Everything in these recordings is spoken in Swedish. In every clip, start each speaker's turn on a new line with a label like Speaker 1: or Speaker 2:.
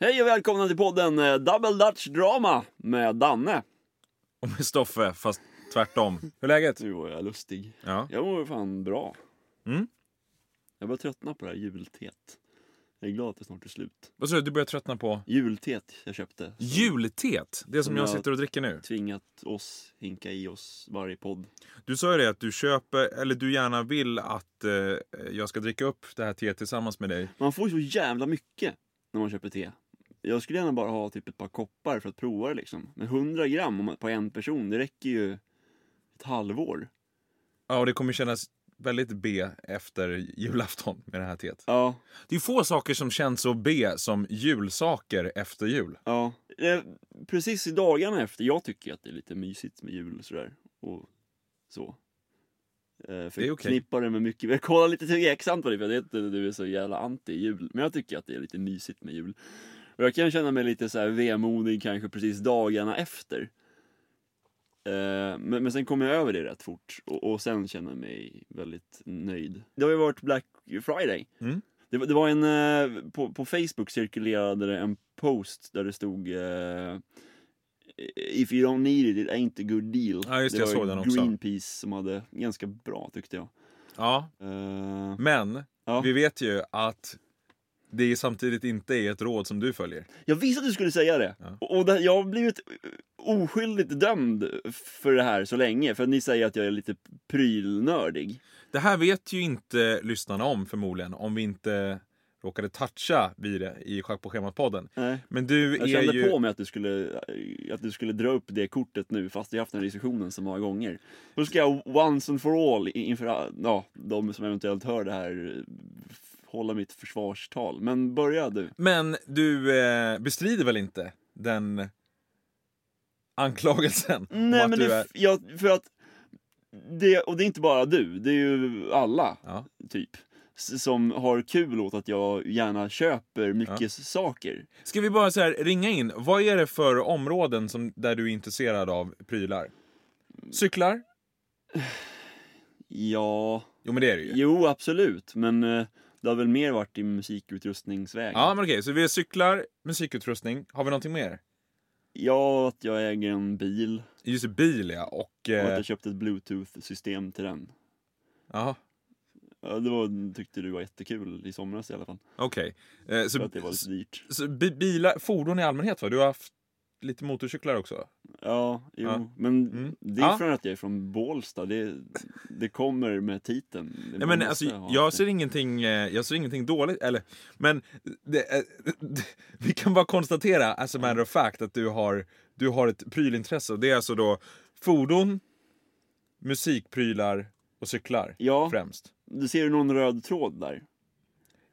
Speaker 1: Hej och välkomna till podden eh, Double Dutch Drama med Danne.
Speaker 2: Och med Stoffe, fast tvärtom. Hur är läget?
Speaker 1: Nu var jag lustig.
Speaker 2: Ja.
Speaker 1: Jag mår fan bra.
Speaker 2: Mm.
Speaker 1: Jag börjar tröttna på det här julteet. Jag är glad att det snart är slut.
Speaker 2: Vad sa du? Du börjar tröttna på
Speaker 1: Julteet jag köpte. som
Speaker 2: julteet? Det som
Speaker 1: Ja.
Speaker 2: jag sitter och dricker nu.
Speaker 1: Tvingat oss hinka i oss varje podd.
Speaker 2: Du sa ju det att du köper, eller du gärna vill att eh, jag ska dricka upp det här teet tillsammans med dig.
Speaker 1: Man får ju så jävla mycket när man köper te. Jag skulle gärna bara ha typ ett par koppar för att prova det liksom. Men 100 gram om- på en person, det räcker ju ett halvår.
Speaker 2: Ja, och det kommer kännas väldigt B efter julafton med det här teet.
Speaker 1: Ja,
Speaker 2: Det är få saker som känns så B som julsaker efter jul.
Speaker 1: Ja, eh, precis i dagarna efter. Jag tycker att det är lite mysigt med jul och sådär. Och så. Eh,
Speaker 2: Det är okej.
Speaker 1: förknippar det med mycket. Jag kollar lite tveksamt på det för jag vet att du är så jävla anti jul. Men jag tycker att det är lite mysigt med jul. Och jag kan känna mig lite så här vemodig kanske precis dagarna efter. Eh, men, men sen kom jag över det rätt fort och, och sen känner jag mig väldigt nöjd. Det har ju varit Black Friday.
Speaker 2: Mm.
Speaker 1: Det, var- det var en, eh, på, på Facebook cirkulerade det en post där det stod eh, If you don't need it, it ain't a good deal.
Speaker 2: Ja, just det, jag
Speaker 1: var
Speaker 2: såg
Speaker 1: ju
Speaker 2: den också.
Speaker 1: Greenpeace som hade ganska bra tyckte jag.
Speaker 2: Ja,
Speaker 1: Eh,
Speaker 2: men
Speaker 1: Ja.
Speaker 2: vi vet ju att det samtidigt inte är ett råd som du följer.
Speaker 1: Jag visste att du skulle säga det.
Speaker 2: Ja.
Speaker 1: Och och det, jag har blivit oskyldigt dömd för det här så länge. För att ni säger att jag är lite prylnördig.
Speaker 2: Det här vet ju inte lyssnarna om förmodligen, om vi inte råkade toucha vid det i Schack på schemat-podden.
Speaker 1: Nej.
Speaker 2: Men du
Speaker 1: Jag
Speaker 2: är
Speaker 1: kände
Speaker 2: ju...
Speaker 1: på mig att du, skulle, att du skulle dra upp det kortet nu fast vi har haft den här diskussionen så många gånger. Då ska jag once and for all i- inför ja, de som eventuellt hör det här eh, hålla mitt försvarstal. Men börja du.
Speaker 2: Men du eh, bestrider väl inte den anklagelsen? om
Speaker 1: Nej
Speaker 2: att
Speaker 1: men
Speaker 2: du
Speaker 1: det,
Speaker 2: är...
Speaker 1: jag, för att det, och det är inte bara du, det är ju alla
Speaker 2: Ja.
Speaker 1: typ s- som har kul åt att jag gärna köper mycket saker.
Speaker 2: Ska vi bara så här, ringa in, vad är det för områden som, där du är intresserad av prylar? Cyklar?
Speaker 1: Ja,
Speaker 2: Jo men det är det ju.
Speaker 1: jo absolut, men eh, det har väl mer varit i musikutrustningsvägen.
Speaker 2: Ja men okej, så vi är cyklar, musikutrustning, har vi någonting mer?
Speaker 1: Ja, att jag äger en bil
Speaker 2: Just det, bil ja, och...
Speaker 1: och att
Speaker 2: Eh,
Speaker 1: jag köpte ett bluetooth-system till den.
Speaker 2: jaha.
Speaker 1: Ja, Det var, tyckte du var jättekul i somras i alla fall.
Speaker 2: Okej. Eh,
Speaker 1: För
Speaker 2: så
Speaker 1: att det var lite dyrt.
Speaker 2: Så bi- bilar, fordon i allmänhet va? Du har haft lite motorcyklar också?
Speaker 1: Ja, jo.
Speaker 2: Ja.
Speaker 1: Men
Speaker 2: Mm.
Speaker 1: det är
Speaker 2: Ja.
Speaker 1: från att jag är från Bålsta. Det, det kommer med titeln. Det
Speaker 2: Nej men
Speaker 1: måste
Speaker 2: alltså,
Speaker 1: ha.
Speaker 2: jag ser ingenting, eh, jag ser ingenting dåligt, eller men det, eh, vi kan bara konstatera as
Speaker 1: Mm.
Speaker 2: a matter of fact att du har, du har ett prylintresse och det är alltså då fordon, musikprylar och cyklar
Speaker 1: Ja,
Speaker 2: främst.
Speaker 1: du ser du någon röd tråd där?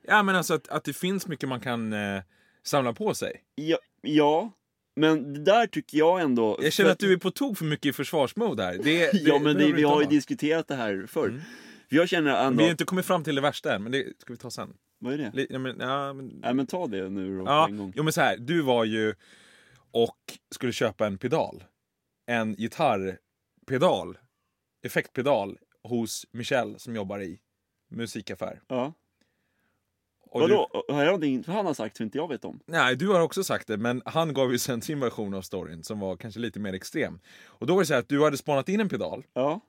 Speaker 2: Ja men alltså att, att det finns mycket man kan eh, samla på sig.
Speaker 1: Ja, ja, men det där tycker jag ändå...
Speaker 2: Jag känner att du är på tok för mycket i försvarsmode här. Det, det,
Speaker 1: Ja, men det,
Speaker 2: behöver
Speaker 1: vi
Speaker 2: du
Speaker 1: har ju
Speaker 2: inte ha.
Speaker 1: diskuterat det här förr. För jag känner
Speaker 2: Vi
Speaker 1: ändå...
Speaker 2: har inte kommit fram till det värsta än, men det ska vi ta sen.
Speaker 1: Vad är det?
Speaker 2: Li- Ja, men, ja, men
Speaker 1: Nej, men ta det nu då
Speaker 2: Ja,
Speaker 1: på en gång.
Speaker 2: jo men så här, du var ju och skulle köpa en pedal. En gitarrpedal. Effektpedal hos Michel som jobbar i musikaffär.
Speaker 1: Ja.
Speaker 2: Och
Speaker 1: Vadå? Har jag någonting han har sagt som inte jag vet om?
Speaker 2: Du, nej, du har också sagt det, men han gav ju sen sin version av storyn som var kanske lite mer extrem. Och då var det så här att du hade spanat in en pedal.
Speaker 1: Ja.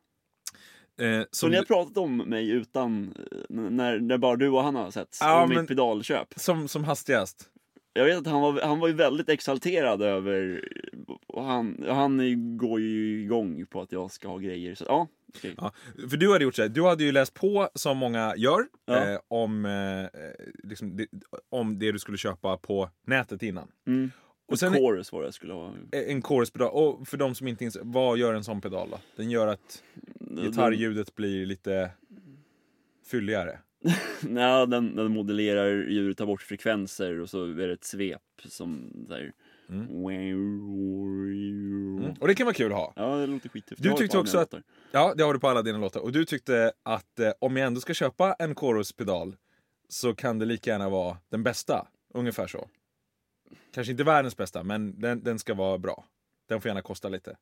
Speaker 2: Eh,
Speaker 1: Så
Speaker 2: som,
Speaker 1: ni har pratat om mig utan, eh, n- när, när bara du och han har setts,
Speaker 2: Ja,
Speaker 1: om
Speaker 2: men-
Speaker 1: mitt pedalköp.
Speaker 2: som, som hastigast.
Speaker 1: Jag vet att han var, han var ju väldigt exalterad över, och han, han är- går ju igång på att jag ska ha grejer. Så, ja, okej.
Speaker 2: Ja, för du hade gjort så här, du hade ju läst på som många gör
Speaker 1: Ja.
Speaker 2: eh, om, eh, liksom, det, om det du skulle köpa på nätet innan.
Speaker 1: Mm.
Speaker 2: Och sen
Speaker 1: Chorus var det jag skulle ha.
Speaker 2: Eh, en chorespedal. Och för de som inte inser, vad gör en sån pedal då? Den gör att
Speaker 1: Mm,
Speaker 2: gitarrljudet blir lite fylligare.
Speaker 1: Mm. Den, nej, den, den modellerar djur, tar bort frekvenser och så är det ett svep som där.
Speaker 2: Mm. Och det kan vara kul att ha.
Speaker 1: Ja, det låter skithäftigt.
Speaker 2: Du
Speaker 1: Jag har
Speaker 2: tyckte
Speaker 1: ett par
Speaker 2: också
Speaker 1: med
Speaker 2: att-
Speaker 1: låtar.
Speaker 2: Ja, det har du på alla dina låtar. Och du tyckte att eh, om jag ändå ska köpa en chorospedal så kan det lika gärna vara den bästa. Ungefär så. Kanske inte världens bästa, men den, den ska vara bra. Den får gärna kosta lite.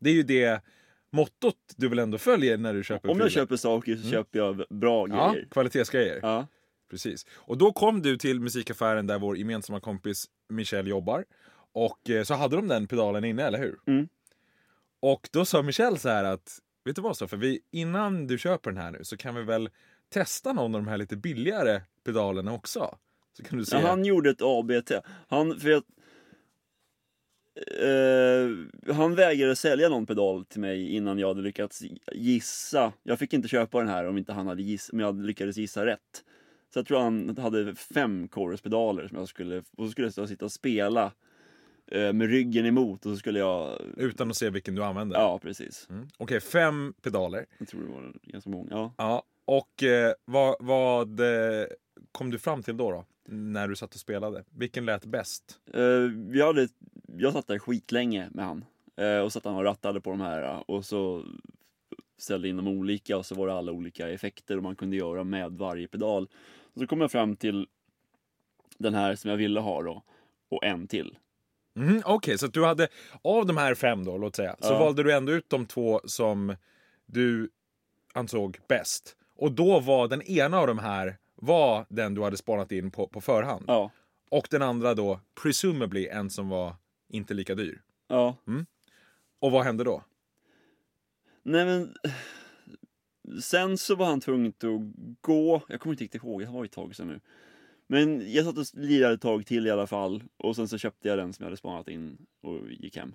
Speaker 2: Det är ju det mottot du väl ändå följer när du köper
Speaker 1: Om jag
Speaker 2: prylar.
Speaker 1: köper saker så köper jag bra
Speaker 2: ja,
Speaker 1: grejer.
Speaker 2: kvalitetsgrejer.
Speaker 1: Ja.
Speaker 2: Precis. Och då kom du till musikaffären där vår gemensamma kompis Michelle jobbar. Och eh, så hade de den pedalen inne, eller hur?
Speaker 1: Mm.
Speaker 2: Och då sa Michelle så här att, vet du vad Stoffe, vi, innan du köper den här nu så kan vi väl testa någon av de här lite billigare pedalerna också. Så kan du se.
Speaker 1: Ja, han gjorde ett ABT. Han, för jag, eh, han vägrade sälja någon pedal till mig innan jag hade lyckats gissa. Jag fick inte köpa den här om inte han hade giss, om jag hade lyckades gissa rätt. Så jag tror han hade fem choruspedaler som jag skulle, och så skulle jag sitta och spela eh, med ryggen emot och så skulle jag,
Speaker 2: Utan att se vilken du använder.
Speaker 1: ja precis.
Speaker 2: Mm. Okej, fem pedaler.
Speaker 1: Jag tror det var ganska många. Ja.
Speaker 2: Ja. Och eh, vad, vad eh, kom du fram till då, då? När du satt och spelade? Vilken lät bäst?
Speaker 1: Eh, vi hade, jag satt där skitlänge med han. Eh, och satt han och rattade på de här eh, och så ställde in dem olika och så var det alla olika effekter och man kunde göra med varje pedal. Och så kom jag fram till den här som jag ville ha då. Och en till.
Speaker 2: Mm, Okej, så att du hade av de här fem då, låt säga, så
Speaker 1: Ja.
Speaker 2: valde du ändå ut de två som du ansåg bäst. Och då var den ena av de här var den du hade spanat in på, på förhand.
Speaker 1: Ja.
Speaker 2: Och den andra då, presumably, en som var inte lika dyr.
Speaker 1: Ja.
Speaker 2: Och vad hände då?
Speaker 1: Nej men... Sen så var han tvungen att gå. Jag kommer inte riktigt ihåg, det var ju ett tag sedan nu. Men jag satt och lirade ett tag till i alla fall. Och sen så köpte jag den som jag hade spanat in och gick hem.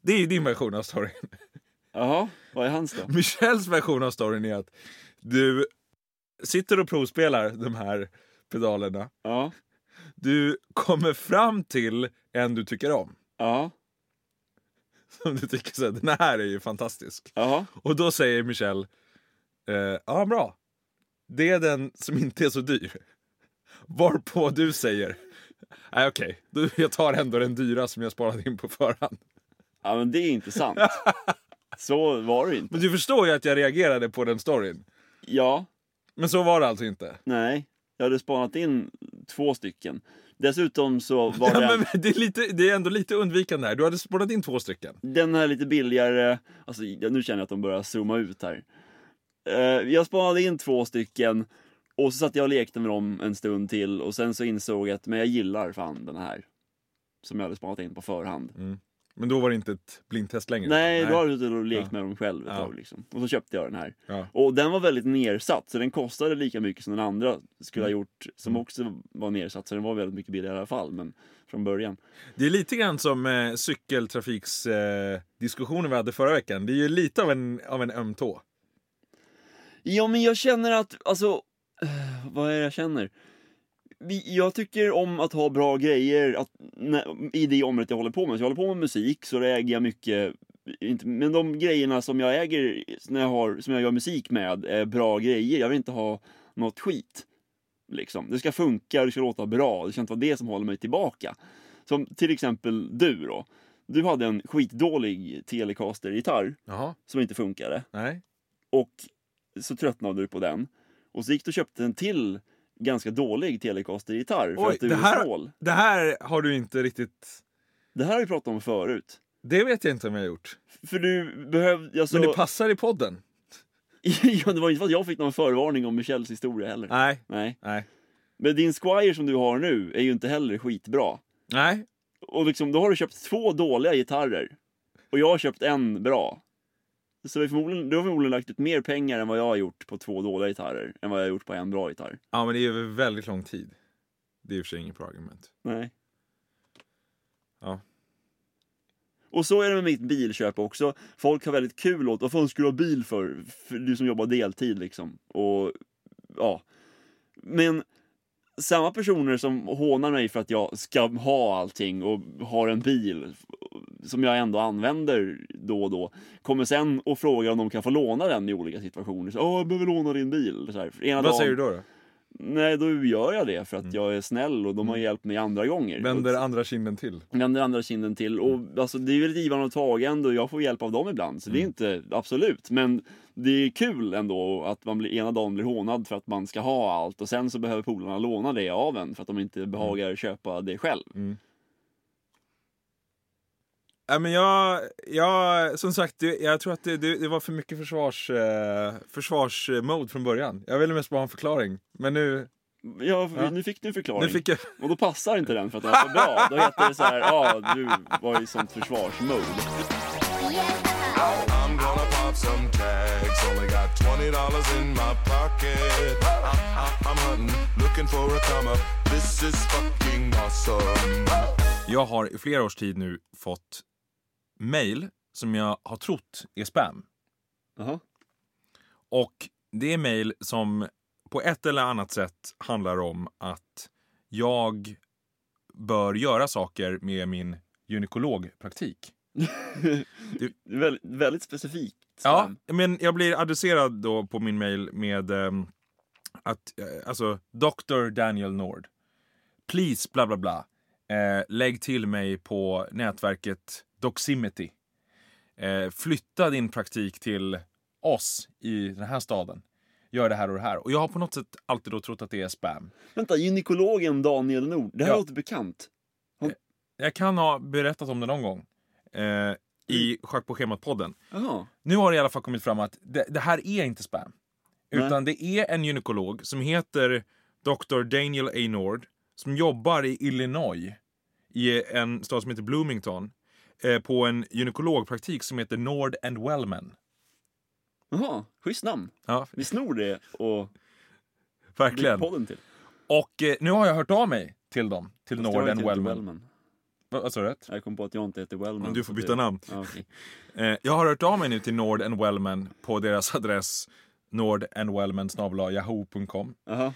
Speaker 2: Det är ju din version av storyn.
Speaker 1: Jaha, vad är hans då?
Speaker 2: Michels version av storyn är att du sitter och provspelar de här pedalerna.
Speaker 1: Ja,
Speaker 2: Du kommer fram till en du tycker om.
Speaker 1: ja,
Speaker 2: Som du tycker så här, den här är ju fantastisk.
Speaker 1: ja.
Speaker 2: Och då säger Michel, eh, ja bra, det är den som inte är så dyr. Varpå du säger, nej okej, då- jag tar ändå den dyra som jag sparat in på förhand.
Speaker 1: Ja men det är inte sant. Så var det inte.
Speaker 2: Men du förstår ju att jag reagerade på den storyn.
Speaker 1: Ja,
Speaker 2: Men så var det alltså inte.
Speaker 1: nej. Jag hade spanat in två stycken. Dessutom så var
Speaker 2: Ja,
Speaker 1: det
Speaker 2: men det, är lite, det är ändå lite undvikande här. Du hade sparat in två stycken.
Speaker 1: den här lite billigare... Alltså nu känner jag att de börjar zooma ut här. Eh, Jag spanade in två stycken och så satt jag och lekte med dem en stund till och sen så insåg jag att men jag gillar fan den här. Som jag hade spanat in på förhand.
Speaker 2: Men då var det inte ett blindtest längre.
Speaker 1: Nej, då hade jag suttit och lekt
Speaker 2: Ja.
Speaker 1: med dem själv ett
Speaker 2: Ja.
Speaker 1: tag liksom. Och så köpte jag den här.
Speaker 2: Ja.
Speaker 1: Och den var väldigt nersatt, så den kostade lika mycket som den andra skulle ha
Speaker 2: Mm.
Speaker 1: gjort, som också var nersatt, så den var väldigt mycket billigare i alla fall, men från början.
Speaker 2: Det är lite grann som eh, cykeltrafiksdiskussionen eh, diskussionen vi hade förra veckan. Det är ju lite av en, av en öm tå.
Speaker 1: Ja, men jag känner att, alltså, eh, vad är det jag känner? Vi- Jag tycker om att ha bra grejer att, nä- i det området jag håller på med. Så jag håller på med musik, så då äger jag mycket, inte, men de grejerna som jag äger, när jag har, som jag gör musik med, är bra grejer. Jag vill inte ha något skit. Liksom. Det ska funka, det ska låta bra, det ska inte vara det som håller mig tillbaka. Som till exempel du då. Du hade en skitdålig Telecaster-gitarr
Speaker 2: Jaha,
Speaker 1: som inte funkade.
Speaker 2: nej.
Speaker 1: Och så tröttnade du på den. Och så gick du och köpte en till ganska dålig Telecaster-gitarr för
Speaker 2: Oj,
Speaker 1: att du
Speaker 2: det här-
Speaker 1: är snål.
Speaker 2: Det här har du inte riktigt...
Speaker 1: Det här har vi pratat om förut.
Speaker 2: Det vet jag inte om jag har gjort.
Speaker 1: För du behövde... Alltså,
Speaker 2: Men det passar i podden.
Speaker 1: ja, det var inte för att jag fick någon förvarning om Michels historia heller.
Speaker 2: Nej,
Speaker 1: Nej.
Speaker 2: nej.
Speaker 1: Men din Squire som du har nu är ju inte heller skitbra.
Speaker 2: Nej,
Speaker 1: Och liksom, då har du köpt två dåliga gitarrer. Och jag har köpt en bra. Så det är förmodligen, du har förmodligen lagt ut mer pengar än vad jag har gjort på två dåliga gitarrer. Än vad jag har gjort på en bra gitarr.
Speaker 2: ja, men det är ju väldigt lång tid. Det är i och för sig inget bra argument.
Speaker 1: Nej.
Speaker 2: Ja.
Speaker 1: Och så är det med mitt bilköp också. Folk har väldigt kul åt, vad fan ska du ha bil för? för? Du som jobbar deltid liksom. Och, ja. Men samma personer som hånar mig för att jag ska ha allting och har en bil som jag ändå använder då och då kommer sen och frågar om de kan få låna den i olika situationer. Så, Åh, jag behöver låna din bil. Så här. Ena
Speaker 2: Vad säger du då? då?
Speaker 1: Nej, då gör jag det för att jag är snäll och de har hjälpt mig andra gånger.
Speaker 2: Mm. Vänder andra kinden till?
Speaker 1: vänder andra kinden till. Och alltså, det är ju lite givande och tagande och jag får hjälp av dem ibland. Så
Speaker 2: Mm.
Speaker 1: det är inte, absolut. Men det är kul ändå att man blir, ena dagen blir hånad för att man ska ha allt och sen så behöver polarna låna det av
Speaker 2: Mm.
Speaker 1: en för att de inte behagar köpa det själv.
Speaker 2: Ja, men jag, jag, som sagt, det- jag tror att det, det, det var för mycket försvars, eh, försvarsmode från början. Jag ville mest bara ha en förklaring. Men nu,
Speaker 1: Ja,
Speaker 2: Ja.
Speaker 1: nu fick du en förklaring.
Speaker 2: nu fick jag...
Speaker 1: Och då passar inte den för att den är så bra. Då heter det så här, ja du var i sånt försvarsmode.
Speaker 3: I'm gonna pop some tags. Only got twenty dollars in my pocket. I, I, I'm hunting, looking for a come up. This is fucking awesome.
Speaker 2: Jag har i flera års tid nu fått mejl som jag har trott är spam.
Speaker 1: Jaha.
Speaker 2: Och det är mejl som på ett eller annat sätt handlar om att jag bör göra saker med min gynekologpraktik.
Speaker 1: Det är Väldigt, väldigt specifikt.
Speaker 2: Ja, men jag blir adresserad då på min mail med ehm, att, eh, alltså, Dr. Daniel Nord. Please, bla bla bla. Eh, lägg till mig på nätverket Doximity. Eh, flytta din praktik till oss i den här staden. Gör det här och det här. Och jag har på något sätt alltid då trott att det är spam.
Speaker 1: Vänta, gynekologen Daniel Nord. Det här
Speaker 2: Ja.
Speaker 1: låter bekant.
Speaker 2: Jag kan ha berättat om det någon gång eh, i Schack på schemat-podden.
Speaker 1: Jaha.
Speaker 2: Nu har det i alla fall kommit fram att det, det här är inte spam. Utan det är en gynekolog som heter Dr. Daniel A. Nord som jobbar i Illinois, i en stad som heter Bloomington eh, på en gynekologpraktik som heter Nord and Wellman.
Speaker 1: Jaha, schysst namn.
Speaker 2: Ja,
Speaker 1: Vi snor det och blir
Speaker 2: verkligen.
Speaker 1: podden till.
Speaker 2: Och eh, nu har jag hört av mig till dem, till
Speaker 1: Fast jag
Speaker 2: Nord
Speaker 1: heter
Speaker 2: and
Speaker 1: inte
Speaker 2: Wellman. Va- Vad sa du? rätt?
Speaker 1: Jag kom på att jag inte heter Wellman.
Speaker 2: Du får
Speaker 1: så
Speaker 2: byta
Speaker 1: det-
Speaker 2: namn.
Speaker 1: Ja, okej.
Speaker 2: Eh, jag har hört av mig nu till Nord and Wellman på deras adress nordandwellman.yahoo.com.
Speaker 1: Jaha.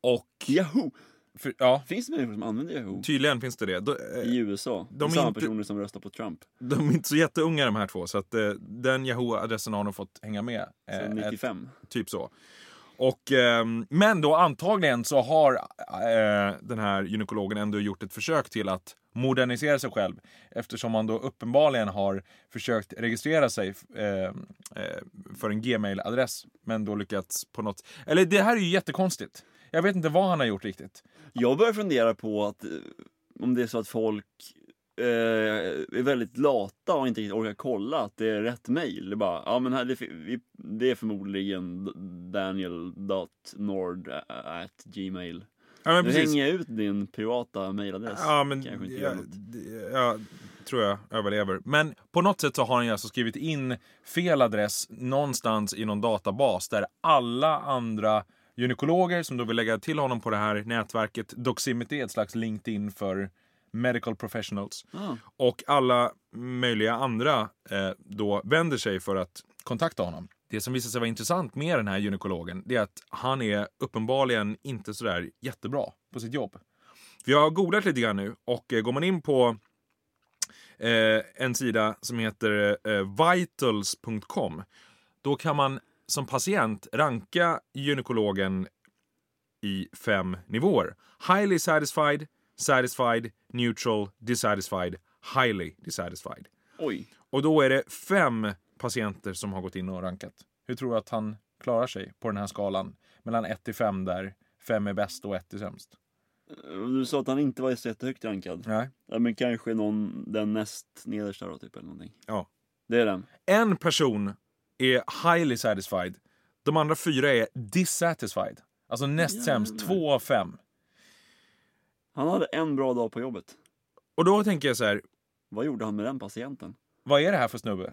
Speaker 2: Och
Speaker 1: Yahoo!
Speaker 2: för, ja,
Speaker 1: Finns det människor som använder Yahoo?
Speaker 2: tydligen finns det det. Då, eh,
Speaker 1: I USA.
Speaker 2: De
Speaker 1: De
Speaker 2: är
Speaker 1: samma
Speaker 2: inte-
Speaker 1: personer som röstar på Trump.
Speaker 2: De är inte så jätteunga de här två, så att eh, den Yahoo-adressen har de fått hänga med.
Speaker 1: Så
Speaker 2: eh, ett-
Speaker 1: 95.
Speaker 2: typ så. Och, ehm, men då antagligen så har eh, den här gynekologen ändå gjort ett försök till att modernisera sig själv eftersom man då uppenbarligen har försökt registrera sig eh, eh, för en gmail-adress men då lyckats på något... Eller det här är ju jättekonstigt. Jag vet inte vad han har gjort riktigt.
Speaker 1: Jag börjar fundera på att eh, om det är så att folk eh, är väldigt lata och inte riktigt orkar kolla att det är rätt mejl. Det är bara, ja men här, det, fi- vi- det är förmodligen daniel.nord@gmail.
Speaker 2: Ja, men
Speaker 1: eh, Nu
Speaker 2: precis.
Speaker 1: hänger jag ut din privata mejladress.
Speaker 2: Ja, men
Speaker 1: Kanske inte gör
Speaker 2: jag,
Speaker 1: något.
Speaker 2: det- jag tror jag överlever. Men på något sätt så har han ju alltså skrivit in fel adress någonstans i någon databas där alla andra gynekologer som då vill lägga till honom på det här nätverket, Doximity, är ett slags LinkedIn för medical professionals.
Speaker 1: Ah,
Speaker 2: Och alla möjliga andra eh, då vänder sig för att kontakta honom. Det som visar sig vara intressant med den här gynekologen det är att han är uppenbarligen inte sådär jättebra på sitt jobb. För jag har googlat lite grann nu och eh, går man in på eh, en sida som heter eh, vitals.com då kan man som patient ranka gynekologen i fem nivåer. Highly satisfied, satisfied, neutral, dissatisfied, highly dissatisfied.
Speaker 1: oj.
Speaker 2: Och då är det fem patienter som har gått in och rankat. Hur tror du att han klarar sig på den här skalan? Mellan 1 till 5 där, 5 är bäst och 1 är sämst.
Speaker 1: Eh, Du sa att han inte var så jättehögt rankad.
Speaker 2: Nej.
Speaker 1: Ja, men kanske någon, den näst nedersta då, typ, eller någonting.
Speaker 2: Ja.
Speaker 1: Det är den.
Speaker 2: En person är highly satisfied. De andra fyra är dissatisfied. Alltså näst sämst,
Speaker 1: Jävlar.
Speaker 2: två av fem.
Speaker 1: Han hade en bra dag på jobbet.
Speaker 2: Och då tänker jag så här,
Speaker 1: Vad gjorde han med den patienten?
Speaker 2: vad är det här för snubbe?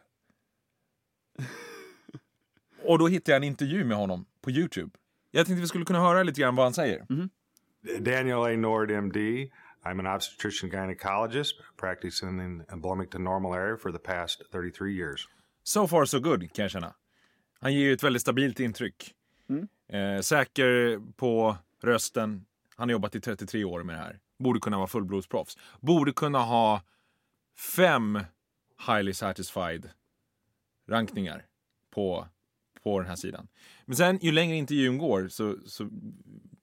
Speaker 2: Och då hittade jag en intervju med honom på Youtube. Jag tänkte vi skulle kunna höra lite grann vad han säger.
Speaker 4: Daniel A. Nord, MD. I'm an obstetrician gynecologist practicing in the Bloomington Normal area for the past 33 years.
Speaker 2: So far so good, kan jag känna. Han ger ju ett väldigt stabilt intryck. Eh, säker på rösten. Han har jobbat i 33 år med det här. Borde kunna vara fullblodsproffs. Borde kunna ha fem highly satisfied rankningar på, på den här sidan. Men sen, ju längre intervjun går så, så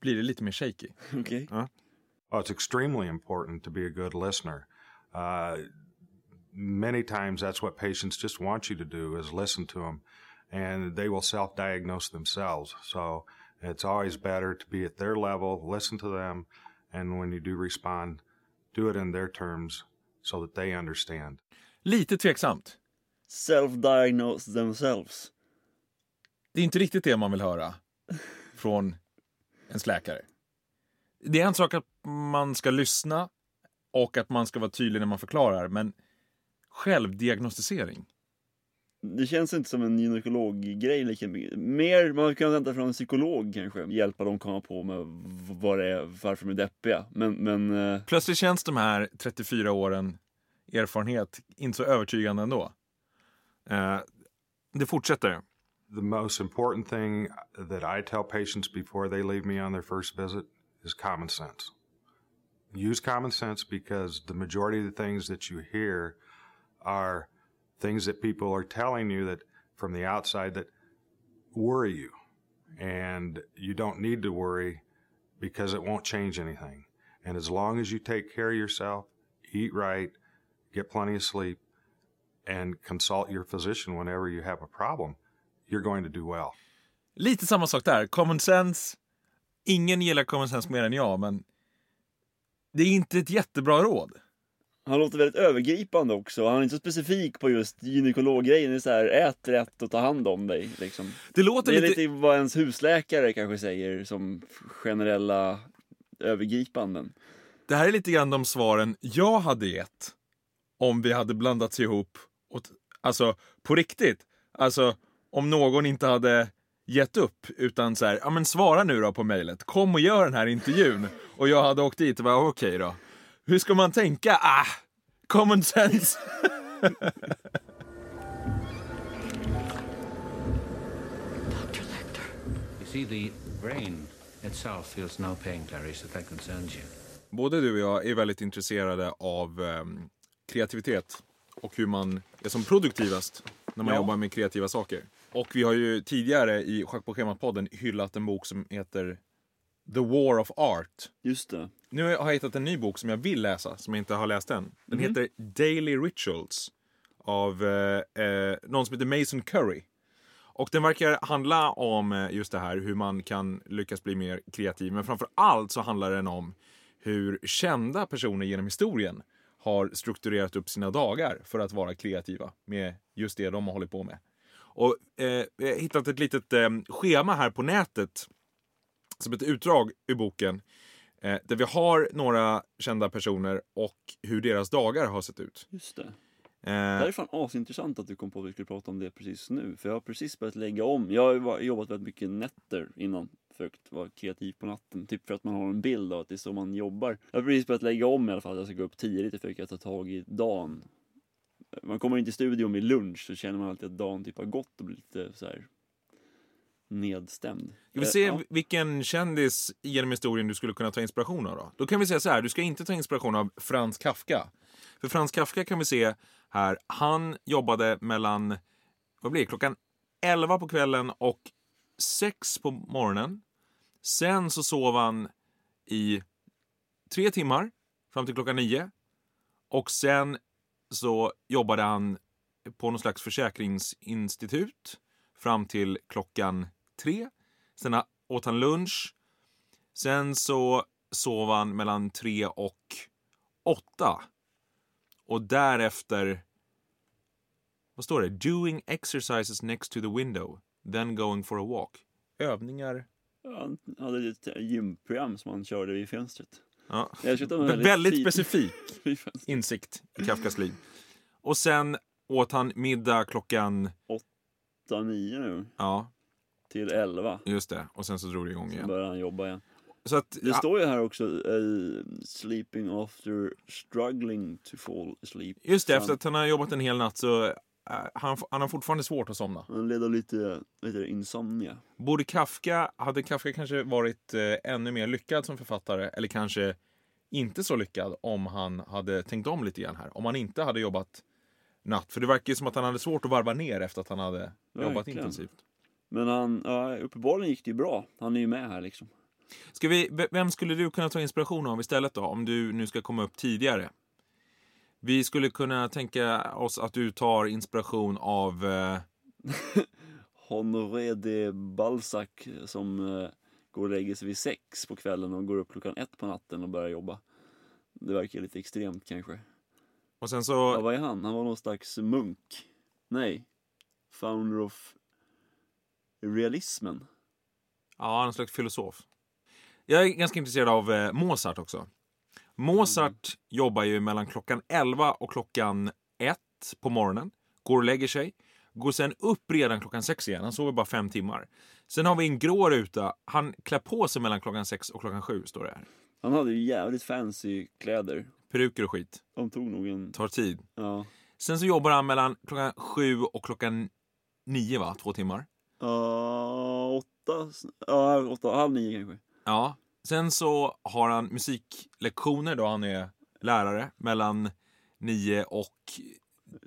Speaker 2: blir det lite mer shaky.
Speaker 1: Okej.
Speaker 4: Well, Oh, it's extremely important to be a good listener. Uh, many times that's what patients just want you to do is listen to them and they will self-diagnose themselves. So it's always better to be at their level, listen to them, and when you do respond, do it in their terms so that they understand.
Speaker 2: Lite tveksamt.
Speaker 1: Self-diagnose themselves.
Speaker 2: Det är inte riktigt det man vill höra från ens läkare. Det är en sak att man ska lyssna och att man ska vara tydlig när man förklarar, men självdiagnostisering?
Speaker 1: Det känns inte som en gynekolog-grej lika mycket. Mer man kan vänta från en psykolog kanske. Hjälpa dem komma på med v- vad det är, varför de är deppiga. Men, men eh,
Speaker 2: Plötsligt känns de här 34 åren erfarenhet inte så övertygande ändå. Eh, det fortsätter.
Speaker 4: The most important thing that I tell patients before they leave me on their first visit is common sense. Use common sense because the majority of the things that you hear are things that people are telling you that from the outside that worry you. And you don't need to worry because it won't change anything. And as long as you take care of yourself, eat right, get plenty of sleep, and consult your physician whenever you have a problem, you're going to do well.
Speaker 2: Lite samma sak där. Common sense. Ingen gillar common sense mer än jag, men det är inte ett jättebra råd.
Speaker 1: han låter väldigt övergripande också. Han är inte så specifik på just gynekolog-grejen. Det är så här, ät rätt och ta hand om dig. Liksom.
Speaker 2: Det låter
Speaker 1: Det är
Speaker 2: lite...
Speaker 1: lite vad ens husläkare kanske säger som generella övergripanden.
Speaker 2: Det här är lite grann de svaren jag hade gett om vi hade blandats ihop. Och t- alltså, på riktigt. Alltså, om någon inte hade gett upp utan så här, ja men svara nu då på mejlet. Kom och gör den här intervjun. Och jag hade åkt dit och bara, okej då. Hur ska man tänka? Ah, common sense.
Speaker 5: Dr. Lecter.
Speaker 6: You see, the brain itself feels no pain, Clarice, if that concerns you.
Speaker 2: Både du och jag är väldigt intresserade av ehm, kreativitet och hur man är som produktivast när man jobbar med kreativa saker. Och vi har ju tidigare i Schack på schemat-podden hyllat en bok som heter The War of Art.
Speaker 1: Just det.
Speaker 2: Nu har jag hittat en ny bok som jag vill läsa, som jag inte har läst än. Den heter Daily Rituals av eh, eh, någon som heter Mason Curry. Och den verkar handla om eh, just det här hur man kan lyckas bli mer kreativ. Men framför allt så handlar den om hur kända personer genom historien har strukturerat upp sina dagar för att vara kreativa med just det de har hållit på med. Och eh, jag har hittat ett litet eh, schema här på nätet som ett utdrag ur boken eh, där vi har några kända personer och hur deras dagar har sett ut.
Speaker 1: Just det. Det
Speaker 2: Eh,
Speaker 1: här är fan asintressant att du kom på att vi skulle prata om det precis nu. För jag har precis börjat lägga om. Jag har ju var- jobbat väldigt mycket nätter innan. Försökt vara kreativ på natten. Typ för att man har en bild av att det är så man jobbar. Jag har precis börjat lägga om i alla fall. Jag ska gå upp tidigt för att ta tag i dagen. Man kommer in till studion vid lunch så känner man alltid att dagen typ har gått och blir lite så här nedstämd.
Speaker 2: Ska vi
Speaker 1: Eh,
Speaker 2: se
Speaker 1: ja.
Speaker 2: vilken kändis genom historien du skulle kunna ta inspiration av då? Då kan vi säga så här, du ska inte ta inspiration av Frans Kafka. För Frans Kafka kan vi se här, han jobbade mellan, vad blir det, klockan 11 på kvällen och 6 på morgonen. Sen så sov han i tre timmar fram till klockan 9. Och sen så jobbade han på någon slags försäkringsinstitut fram till klockan 3. Sen åt han lunch. Sen så sov han mellan tre och åtta. Och därefter... Vad står det? Doing exercises next to the window. Then going for a walk. Övningar.
Speaker 1: Han hade ett gymprogram som han körde vid fönstret.
Speaker 2: Ja.
Speaker 1: Jag tyckte det var
Speaker 2: Väldigt, väldigt
Speaker 1: fin-
Speaker 2: specifik
Speaker 1: vid fönstret.
Speaker 2: insikt i Kafkas liv. Och sen åt han middag klockan...
Speaker 1: Ta nio nu
Speaker 2: Ja,
Speaker 1: till elva.
Speaker 2: just det. Och sen så drog det igång
Speaker 1: Sen
Speaker 2: igen.
Speaker 1: började han jobba igen.
Speaker 2: Så att,
Speaker 1: Det
Speaker 2: ja,
Speaker 1: står ju här också eh, Sleeping after struggling to fall asleep.
Speaker 2: just det,
Speaker 1: Så
Speaker 2: efter att han har jobbat en hel natt så... eh, Han, han har fortfarande svårt att somna.
Speaker 1: Han, han led av lite, vad heter det, insomnia.
Speaker 2: Borde Kafka, hade Kafka kanske varit eh, ännu mer lyckad som författare eller kanske inte så lyckad om han hade tänkt om lite grann här? Om han inte hade jobbat natt. För det verkar ju som att han hade svårt att varva ner efter att han hade jobbat
Speaker 1: Verkligen.
Speaker 2: intensivt.
Speaker 1: Men han, ja, uppenbarligen gick det ju bra. Han är ju med här liksom.
Speaker 2: Ska vi, v- vem skulle du kunna ta inspiration av istället då? Om du nu ska komma upp tidigare. Vi skulle kunna tänka oss att du tar inspiration av... Eh,
Speaker 1: Honoré de Balzac som eh, går och lägger sig vid sex på kvällen och går upp klockan ett på natten och börjar jobba. Det verkar lite extremt kanske.
Speaker 2: Och sen så...
Speaker 1: Ja, vad är han? Han var någon slags munk. Nej. Founder of realismen.
Speaker 2: Ja, han är en slags filosof. Jag är ganska intresserad av eh, Mozart också. Mozart jobbar ju mellan klockan 11 och klockan 1 på morgonen. Går och lägger sig. Går sen upp redan klockan 6 igen. Han sover bara fem timmar. Sen har vi en grå ruta. Han klär på sig mellan klockan 6 och klockan 7, står det här.
Speaker 1: Han hade ju jävligt fancy kläder.
Speaker 2: Peruker och skit.
Speaker 1: De tog nog en...
Speaker 2: Tar tid.
Speaker 1: Ja.
Speaker 2: Sen så jobbar han mellan klockan 7 och klockan 9, va? Två timmar.
Speaker 1: Uh, åtta? Ja, åtta. Halv nio kanske.
Speaker 2: Ja. Sen så har han musiklektioner då han är lärare mellan 9 och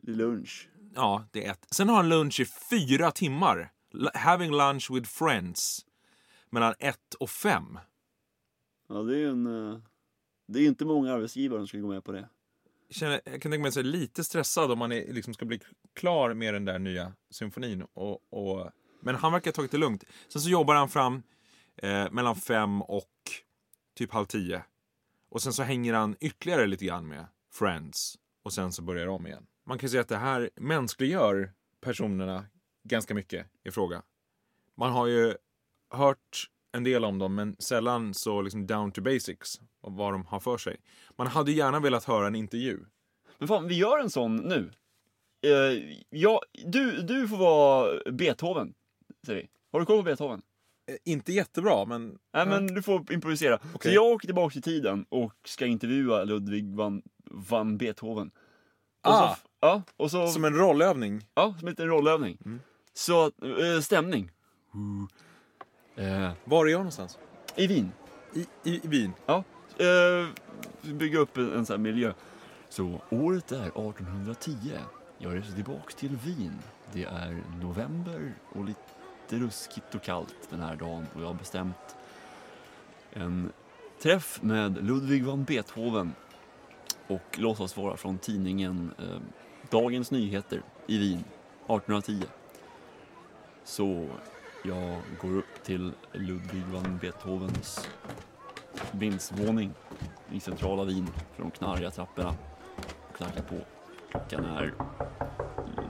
Speaker 1: Lunch.
Speaker 2: ja, det är ett. Sen har han lunch i fyra timmar. L- having lunch with friends mellan 1 och 5.
Speaker 1: Ja, det är ju en... eh, Det är inte många arbetsgivare som skulle gå med på det.
Speaker 2: Jag, känner, jag kan tänka mig att jag är lite stressad om man är, liksom ska bli klar med den där nya symfonin. Och, och, men han verkar ha tagit det lugnt. Sen så jobbar han fram eh, mellan fem och typ halv tio. Och sen så hänger han ytterligare lite grann med Friends. Och sen så börjar det om igen. Man kan säga att det här mänskliggör personerna ganska mycket i fråga. Man har ju hört en del om dem, men sällan så liksom down to basics och vad de har för sig. Man hade gärna velat höra en intervju.
Speaker 1: Men fan, vi gör en sån nu. Eh, ja, du, du får vara Beethoven, säger vi. Har du koll på Beethoven?
Speaker 2: Eh, Inte jättebra, men
Speaker 1: Nej, men du får improvisera.
Speaker 2: Okej.
Speaker 1: Så jag åker tillbaka i tiden och ska intervjua Ludwig van, van Beethoven. Och
Speaker 2: Ah.
Speaker 1: Så, ja, och så,
Speaker 2: som en rollövning.
Speaker 1: ja, som en liten rollövning. Så, eh, stämning. Eh,
Speaker 2: Var är jag någonstans?
Speaker 1: I Wien.
Speaker 2: I, i, i Wien.
Speaker 1: Ja. Eh, bygga upp en, en sån här miljö. Så året är 1810. Jag reser tillbaks till Wien. Det är november och lite ruskigt och kallt den här dagen och jag har bestämt en träff med Ludwig van Beethoven och låtsas vara från tidningen eh, Dagens Nyheter i Wien 1810. Så jag går upp till Ludwig van Beethovens vindsvåning i centrala Wien för de knarriga trapporna och knackar på. Klockan är mm,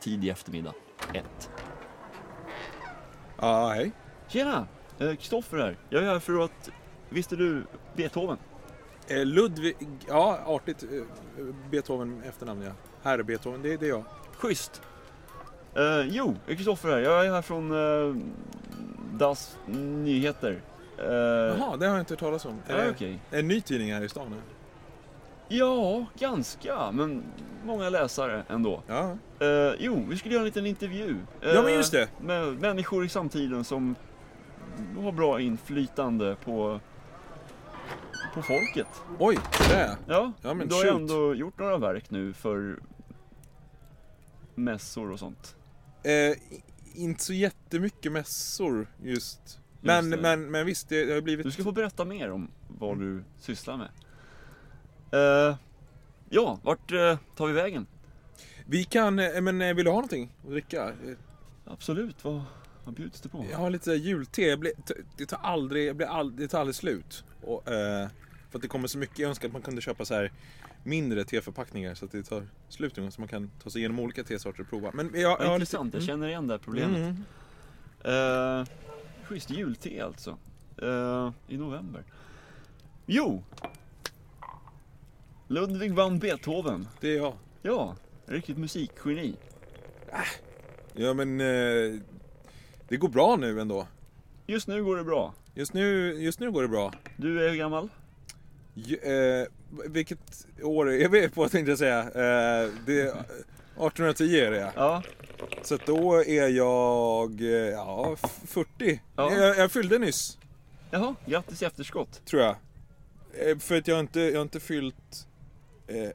Speaker 1: tidig eftermiddag, ett.
Speaker 2: Ja, hej.
Speaker 1: Tjena! Eh, Kristoffer här. Jag är här för att... Visste du Beethoven?
Speaker 2: Eh, Ludvig... Ja, artigt. eh, Beethoven efternamn, ja. Herr Beethoven, det, det är jag.
Speaker 1: Schysst! Eh, jo, Kristoffer här. Jag är här från eh, Das Nyheter. Eh,
Speaker 2: Jaha, det har jag inte hört talas om.
Speaker 1: ja,
Speaker 2: Eh,
Speaker 1: okej.
Speaker 2: En ny tidning här i stan. eh.
Speaker 1: Ja, ganska. Men många läsare ändå.
Speaker 2: Ja.
Speaker 1: Eh, jo, vi skulle göra en liten intervju.
Speaker 2: Ja,
Speaker 1: Eh,
Speaker 2: men just det.
Speaker 1: Med människor i samtiden som har bra inflytande på, på folket.
Speaker 2: Oj, det är jag.
Speaker 1: Ja,
Speaker 2: Ja, men
Speaker 1: du har ju
Speaker 2: shoot.
Speaker 1: ändå gjort några verk nu för mässor och sånt.
Speaker 2: Eh, i- inte så jättemycket mässor just. Men,
Speaker 1: det.
Speaker 2: men, men visst, det har ju blivit...
Speaker 1: Du ska få berätta mer om vad du sysslar med. Eh, ja, vart eh, tar vi vägen?
Speaker 2: Vi kan... eh, Men eh, vill du ha någonting att dricka? Eh,
Speaker 1: Absolut, vad, vad bjuds det på?
Speaker 2: Jag har lite julte. Jag blir, t- det, tar aldrig, jag blir all, det tar aldrig slut. Och, eh, för att det kommer så mycket. Jag önskar att man kunde köpa så här mindre teförpackningar så att det tar slut någon gång, Så man kan ta sig igenom olika tesorter och prova. Men jag, jag
Speaker 1: Vad
Speaker 2: har lite...
Speaker 1: intressant, jag känner igen det här problemet.
Speaker 2: Mm.
Speaker 1: Eh, schysst julte alltså. Eh, I november. Jo! Ludwig van Beethoven.
Speaker 2: Det är jag.
Speaker 1: Ja, riktigt musikgeni.
Speaker 2: Ja men... Eh, det går bra nu ändå.
Speaker 1: Just nu går det bra.
Speaker 2: Just nu, just nu går det bra.
Speaker 1: Du är hur gammal?
Speaker 2: Ju- Eh, vilket år är vi på tänkte jag säga. Eh, det, 1810 är det
Speaker 1: Ja.
Speaker 2: Så att då är jag eh, ja, f- 40.
Speaker 1: Ja.
Speaker 2: Jag, jag fyllde nyss,
Speaker 1: Jaha, grattis i efterskott.
Speaker 2: tror jag. Eh, för att jag har inte, jag har inte fyllt... Eh,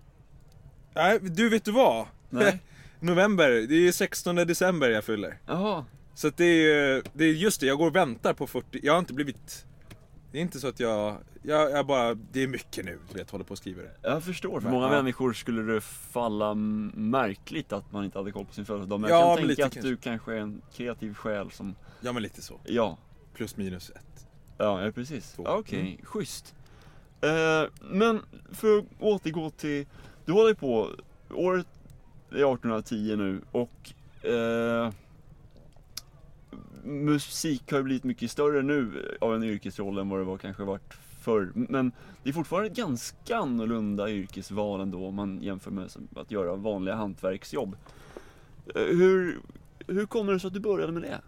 Speaker 2: nej, du vet du vad?
Speaker 1: Nej.
Speaker 2: November, det är ju 16 december jag fyller.
Speaker 1: Jaha.
Speaker 2: Så att det är ju, det är just det, jag går och väntar på 40. Jag har inte blivit... Det är inte så att jag... Jag, jag bara, det är mycket nu, du vet, håller på och skriver det.
Speaker 1: Jag förstår, för många
Speaker 2: Ja.
Speaker 1: människor skulle det falla m- märkligt att man inte hade koll på sin födelsedag. Men
Speaker 2: Ja,
Speaker 1: jag
Speaker 2: men
Speaker 1: kan tänka
Speaker 2: lite
Speaker 1: att
Speaker 2: kanske.
Speaker 1: du kanske är en kreativ själ som...
Speaker 2: Ja, men lite så.
Speaker 1: Ja,
Speaker 2: Plus minus ett.
Speaker 1: Ja, ja precis.
Speaker 2: Två.
Speaker 1: Ja, Okej, schysst. Eh, men för att återgå till Du håller ju på, året är 1810 nu och eh, musik har ju blivit mycket större nu av en yrkesroll än vad det var kanske varit förr. Men det är fortfarande ett ganska annorlunda yrkesval ändå om man jämför med som att göra vanliga hantverksjobb. Eh, Hur, hur kommer det sig att du började med det?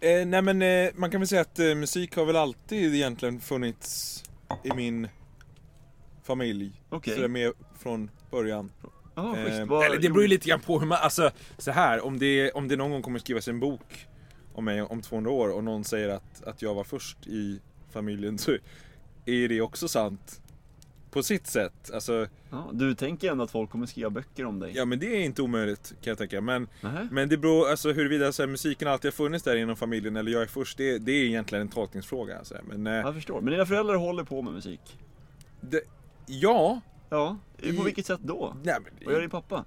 Speaker 2: Eh, nej men eh, man kan väl säga att eh, musik har väl alltid egentligen funnits i min familj.
Speaker 1: Okej.
Speaker 2: Så det är med från början.
Speaker 1: Jaha,
Speaker 2: Eh,
Speaker 1: schysst. Vad-
Speaker 2: eller det beror ju lite grann på hur man, alltså så här, om det, om det någon gång kommer skrivas en bok om mig om 200 år och någon säger att, att jag var först i familjen så är det också sant. På sitt sätt. Alltså,
Speaker 1: Ja, du tänker ändå att folk kommer skriva böcker om dig?
Speaker 2: ja men det är inte omöjligt kan jag tänka. Men,
Speaker 1: Nähä.
Speaker 2: men det beror, alltså huruvida så här, musiken alltid har funnits där inom familjen eller jag är först, det, det är egentligen en tolkningsfråga. Alltså. Men, eh,
Speaker 1: Jag förstår. Men dina föräldrar håller på med musik?
Speaker 2: det, ja,
Speaker 1: Ja. På
Speaker 2: I-
Speaker 1: vilket sätt då?
Speaker 2: nej,
Speaker 1: Vad gör
Speaker 2: men,
Speaker 1: din pappa?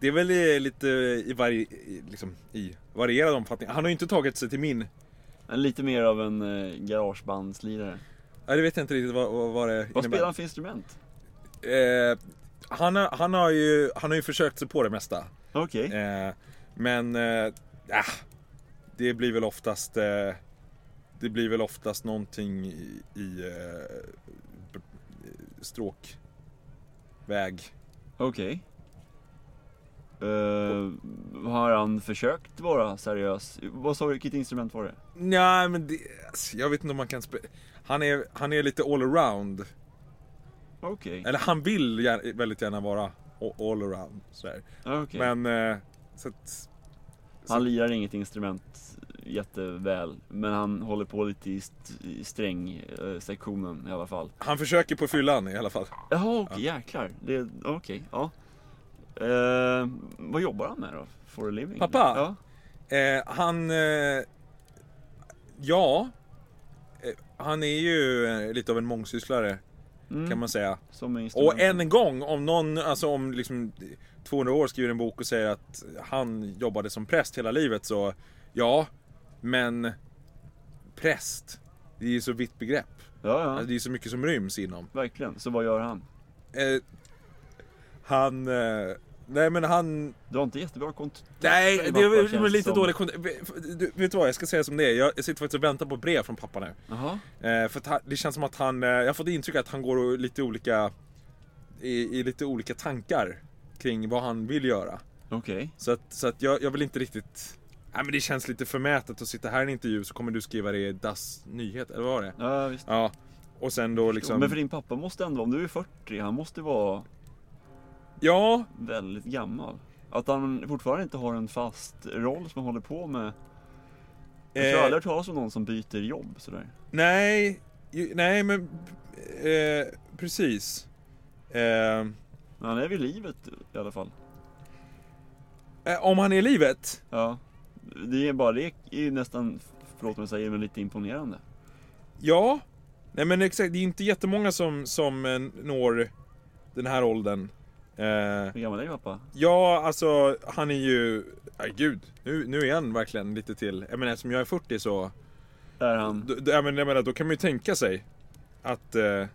Speaker 2: det är väl eh, lite i, vari, i, liksom, i varierad omfattning. Han har ju inte tagit sig till min
Speaker 1: En lite mer av en eh, garagebandslirare.
Speaker 2: Ja, det vet jag inte riktigt vad, vad, vad det
Speaker 1: Vad
Speaker 2: innebär.
Speaker 1: spelar han för instrument?
Speaker 2: Eh, han, har, han, har ju, han har ju försökt sig på det mesta.
Speaker 1: Okej.
Speaker 2: Eh, men, eh, ah, det blir väl oftast eh, Det blir väl oftast någonting i, i eh, b- stråk väg.
Speaker 1: Okej. Eh, har han försökt vara seriös? Vad sa du, vilket instrument var det?
Speaker 2: Nej men det, alltså, jag vet inte om man kan spela. Han är, han är lite allround.
Speaker 1: Okej.
Speaker 2: Eller han vill gärna, väldigt gärna vara a- allround. sådär.
Speaker 1: Okej.
Speaker 2: Men, eh, så att,
Speaker 1: Han lirar inget instrument eh, jätteväl. Men han håller på lite i, st- i strängsektionen eh, i alla fall.
Speaker 2: Han försöker på fyllan i alla fall.
Speaker 1: Jaha, okej, jäklar. Det- Okej, ja. Eh, vad jobbar han med då? For a living?
Speaker 2: Pappa?
Speaker 1: Ja.
Speaker 2: Eh, han... Eh, ja. Eh, han är ju eh, lite av en mångsysslare kan man säga.
Speaker 1: Som är instrument.
Speaker 2: Och än en gång, om någon, alltså om liksom 200 år skriver en bok och säger att han jobbade som präst hela livet så ja, men präst, det är ju så vitt begrepp.
Speaker 1: Ja, ja.
Speaker 2: Alltså, det är så mycket som ryms inom.
Speaker 1: Verkligen. Så vad gör han?
Speaker 2: Eh, han... Eh, nej men han
Speaker 1: Du har inte jättebra kont...
Speaker 2: Nej, det
Speaker 1: Pappa
Speaker 2: är
Speaker 1: känns
Speaker 2: väl lite
Speaker 1: som-
Speaker 2: dålig kontakt. Vet du vad, jag ska säga som det är. Jag sitter faktiskt och väntar på brev från pappa nu.
Speaker 1: Jaha.
Speaker 2: Eh, för att han, det känns som att han, eh, jag har fått intryck att han går och lite olika, i, i lite olika tankar kring vad han vill göra.
Speaker 1: Okej.
Speaker 2: Så att, så att jag, jag vill inte riktigt, nej men det känns lite förmätet att sitta här i en intervju så kommer du skriva det i Das Nyhet, eller vad var det?
Speaker 1: Ja, visst.
Speaker 2: Ja. Och sen då liksom,
Speaker 1: Men för din pappa måste ändå, om du är 40, han måste vara
Speaker 2: ja,
Speaker 1: väldigt gammal. Att han fortfarande inte har en fast roll som han håller på med. Jag har
Speaker 2: Eh.
Speaker 1: aldrig hört talas om någon som byter jobb sådär.
Speaker 2: nej, ju, nej men eh, precis. Eh,
Speaker 1: Men han är vid livet i alla fall.
Speaker 2: eh, om han är i livet?
Speaker 1: Ja. Det är bara det är ju nästan, förlåt om jag säger men lite imponerande.
Speaker 2: Ja. Nej men exakt, det är inte jättemånga som, som eh, når den här åldern. Eh,
Speaker 1: Hur gammal är din pappa?
Speaker 2: ja, alltså han är ju... Ay, gud, nu, nu är han verkligen lite till. Jag menar eftersom jag är 40 så...
Speaker 1: Är han?
Speaker 2: Då, då- jag menar, jag menar, då kan man ju tänka sig att... Eh,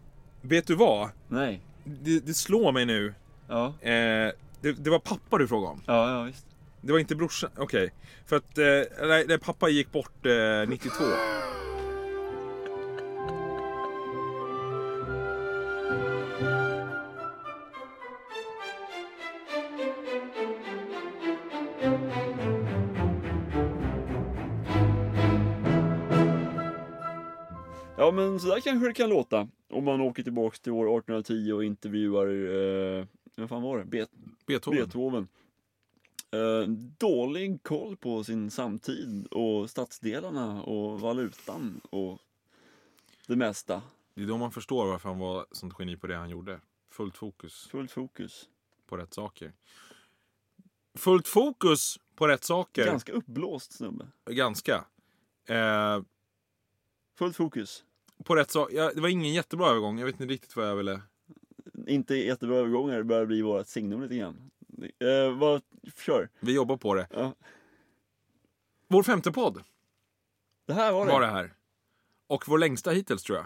Speaker 2: vet du vad?
Speaker 1: Nej.
Speaker 2: Det, det slår mig nu.
Speaker 1: Ja.
Speaker 2: Eh, det, det var pappa du frågade om.
Speaker 1: Ja, ja visst.
Speaker 2: Det var inte brorsan. Okej. För att... Eh, nej, nej, pappa gick bort eh, 92.
Speaker 1: Ja men sådär kanske det kan låta. Om man åker tillbaks till år 1810 och intervjuar, eh, vad fan var det? Bet-
Speaker 2: Beethoven.
Speaker 1: Beethoven. Eh, dålig koll på sin samtid och stadsdelarna och valutan och det mesta.
Speaker 2: Det är då man förstår varför han var sånt geni på det han gjorde. Fullt fokus
Speaker 1: Fullt fokus.
Speaker 2: på rätt saker. Fullt fokus på rätt saker. Ganska.
Speaker 1: Ganska uppblåst snubbe.
Speaker 2: Eh,
Speaker 1: Fullt fokus.
Speaker 2: på rätt saker. Ja, det var ingen jättebra övergång. Jag vet inte riktigt vad jag ville.
Speaker 1: Inte jättebra övergångar, det börjar bli vårt signum lite grann. Eh, vad, kör.
Speaker 2: Vi jobbar på det.
Speaker 1: Ja.
Speaker 2: Vår femte podd
Speaker 1: Det här var det.
Speaker 2: var det här. Och vår längsta hittills tror jag.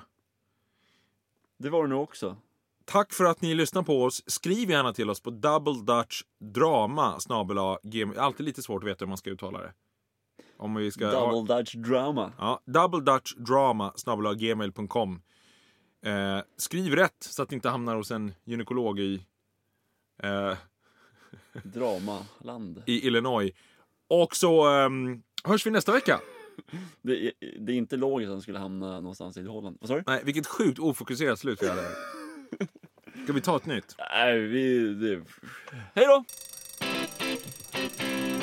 Speaker 1: Det var det nog också.
Speaker 2: Tack för att ni lyssnar på oss. Skriv gärna till oss på Double Dutch Drama snabel-a gmail. Det är Alltid lite svårt att veta hur man ska uttala det. Om vi ska ha-
Speaker 1: Double Dutch Drama.
Speaker 2: Ja, double Dutch drama gmail.com. Eh, skriv rätt så att det inte hamnar hos en gynekolog i, eh,
Speaker 1: Dramaland.
Speaker 2: i Illinois. Och så ehm, hörs vi nästa vecka.
Speaker 1: Det, är- det är inte logiskt att den skulle hamna någonstans i Holland. Vad sa du?
Speaker 2: Nej, vilket sjukt ofokuserat slut vi hade. Ska vi ta ett nytt?
Speaker 1: Nej, vi... Det... Hej då!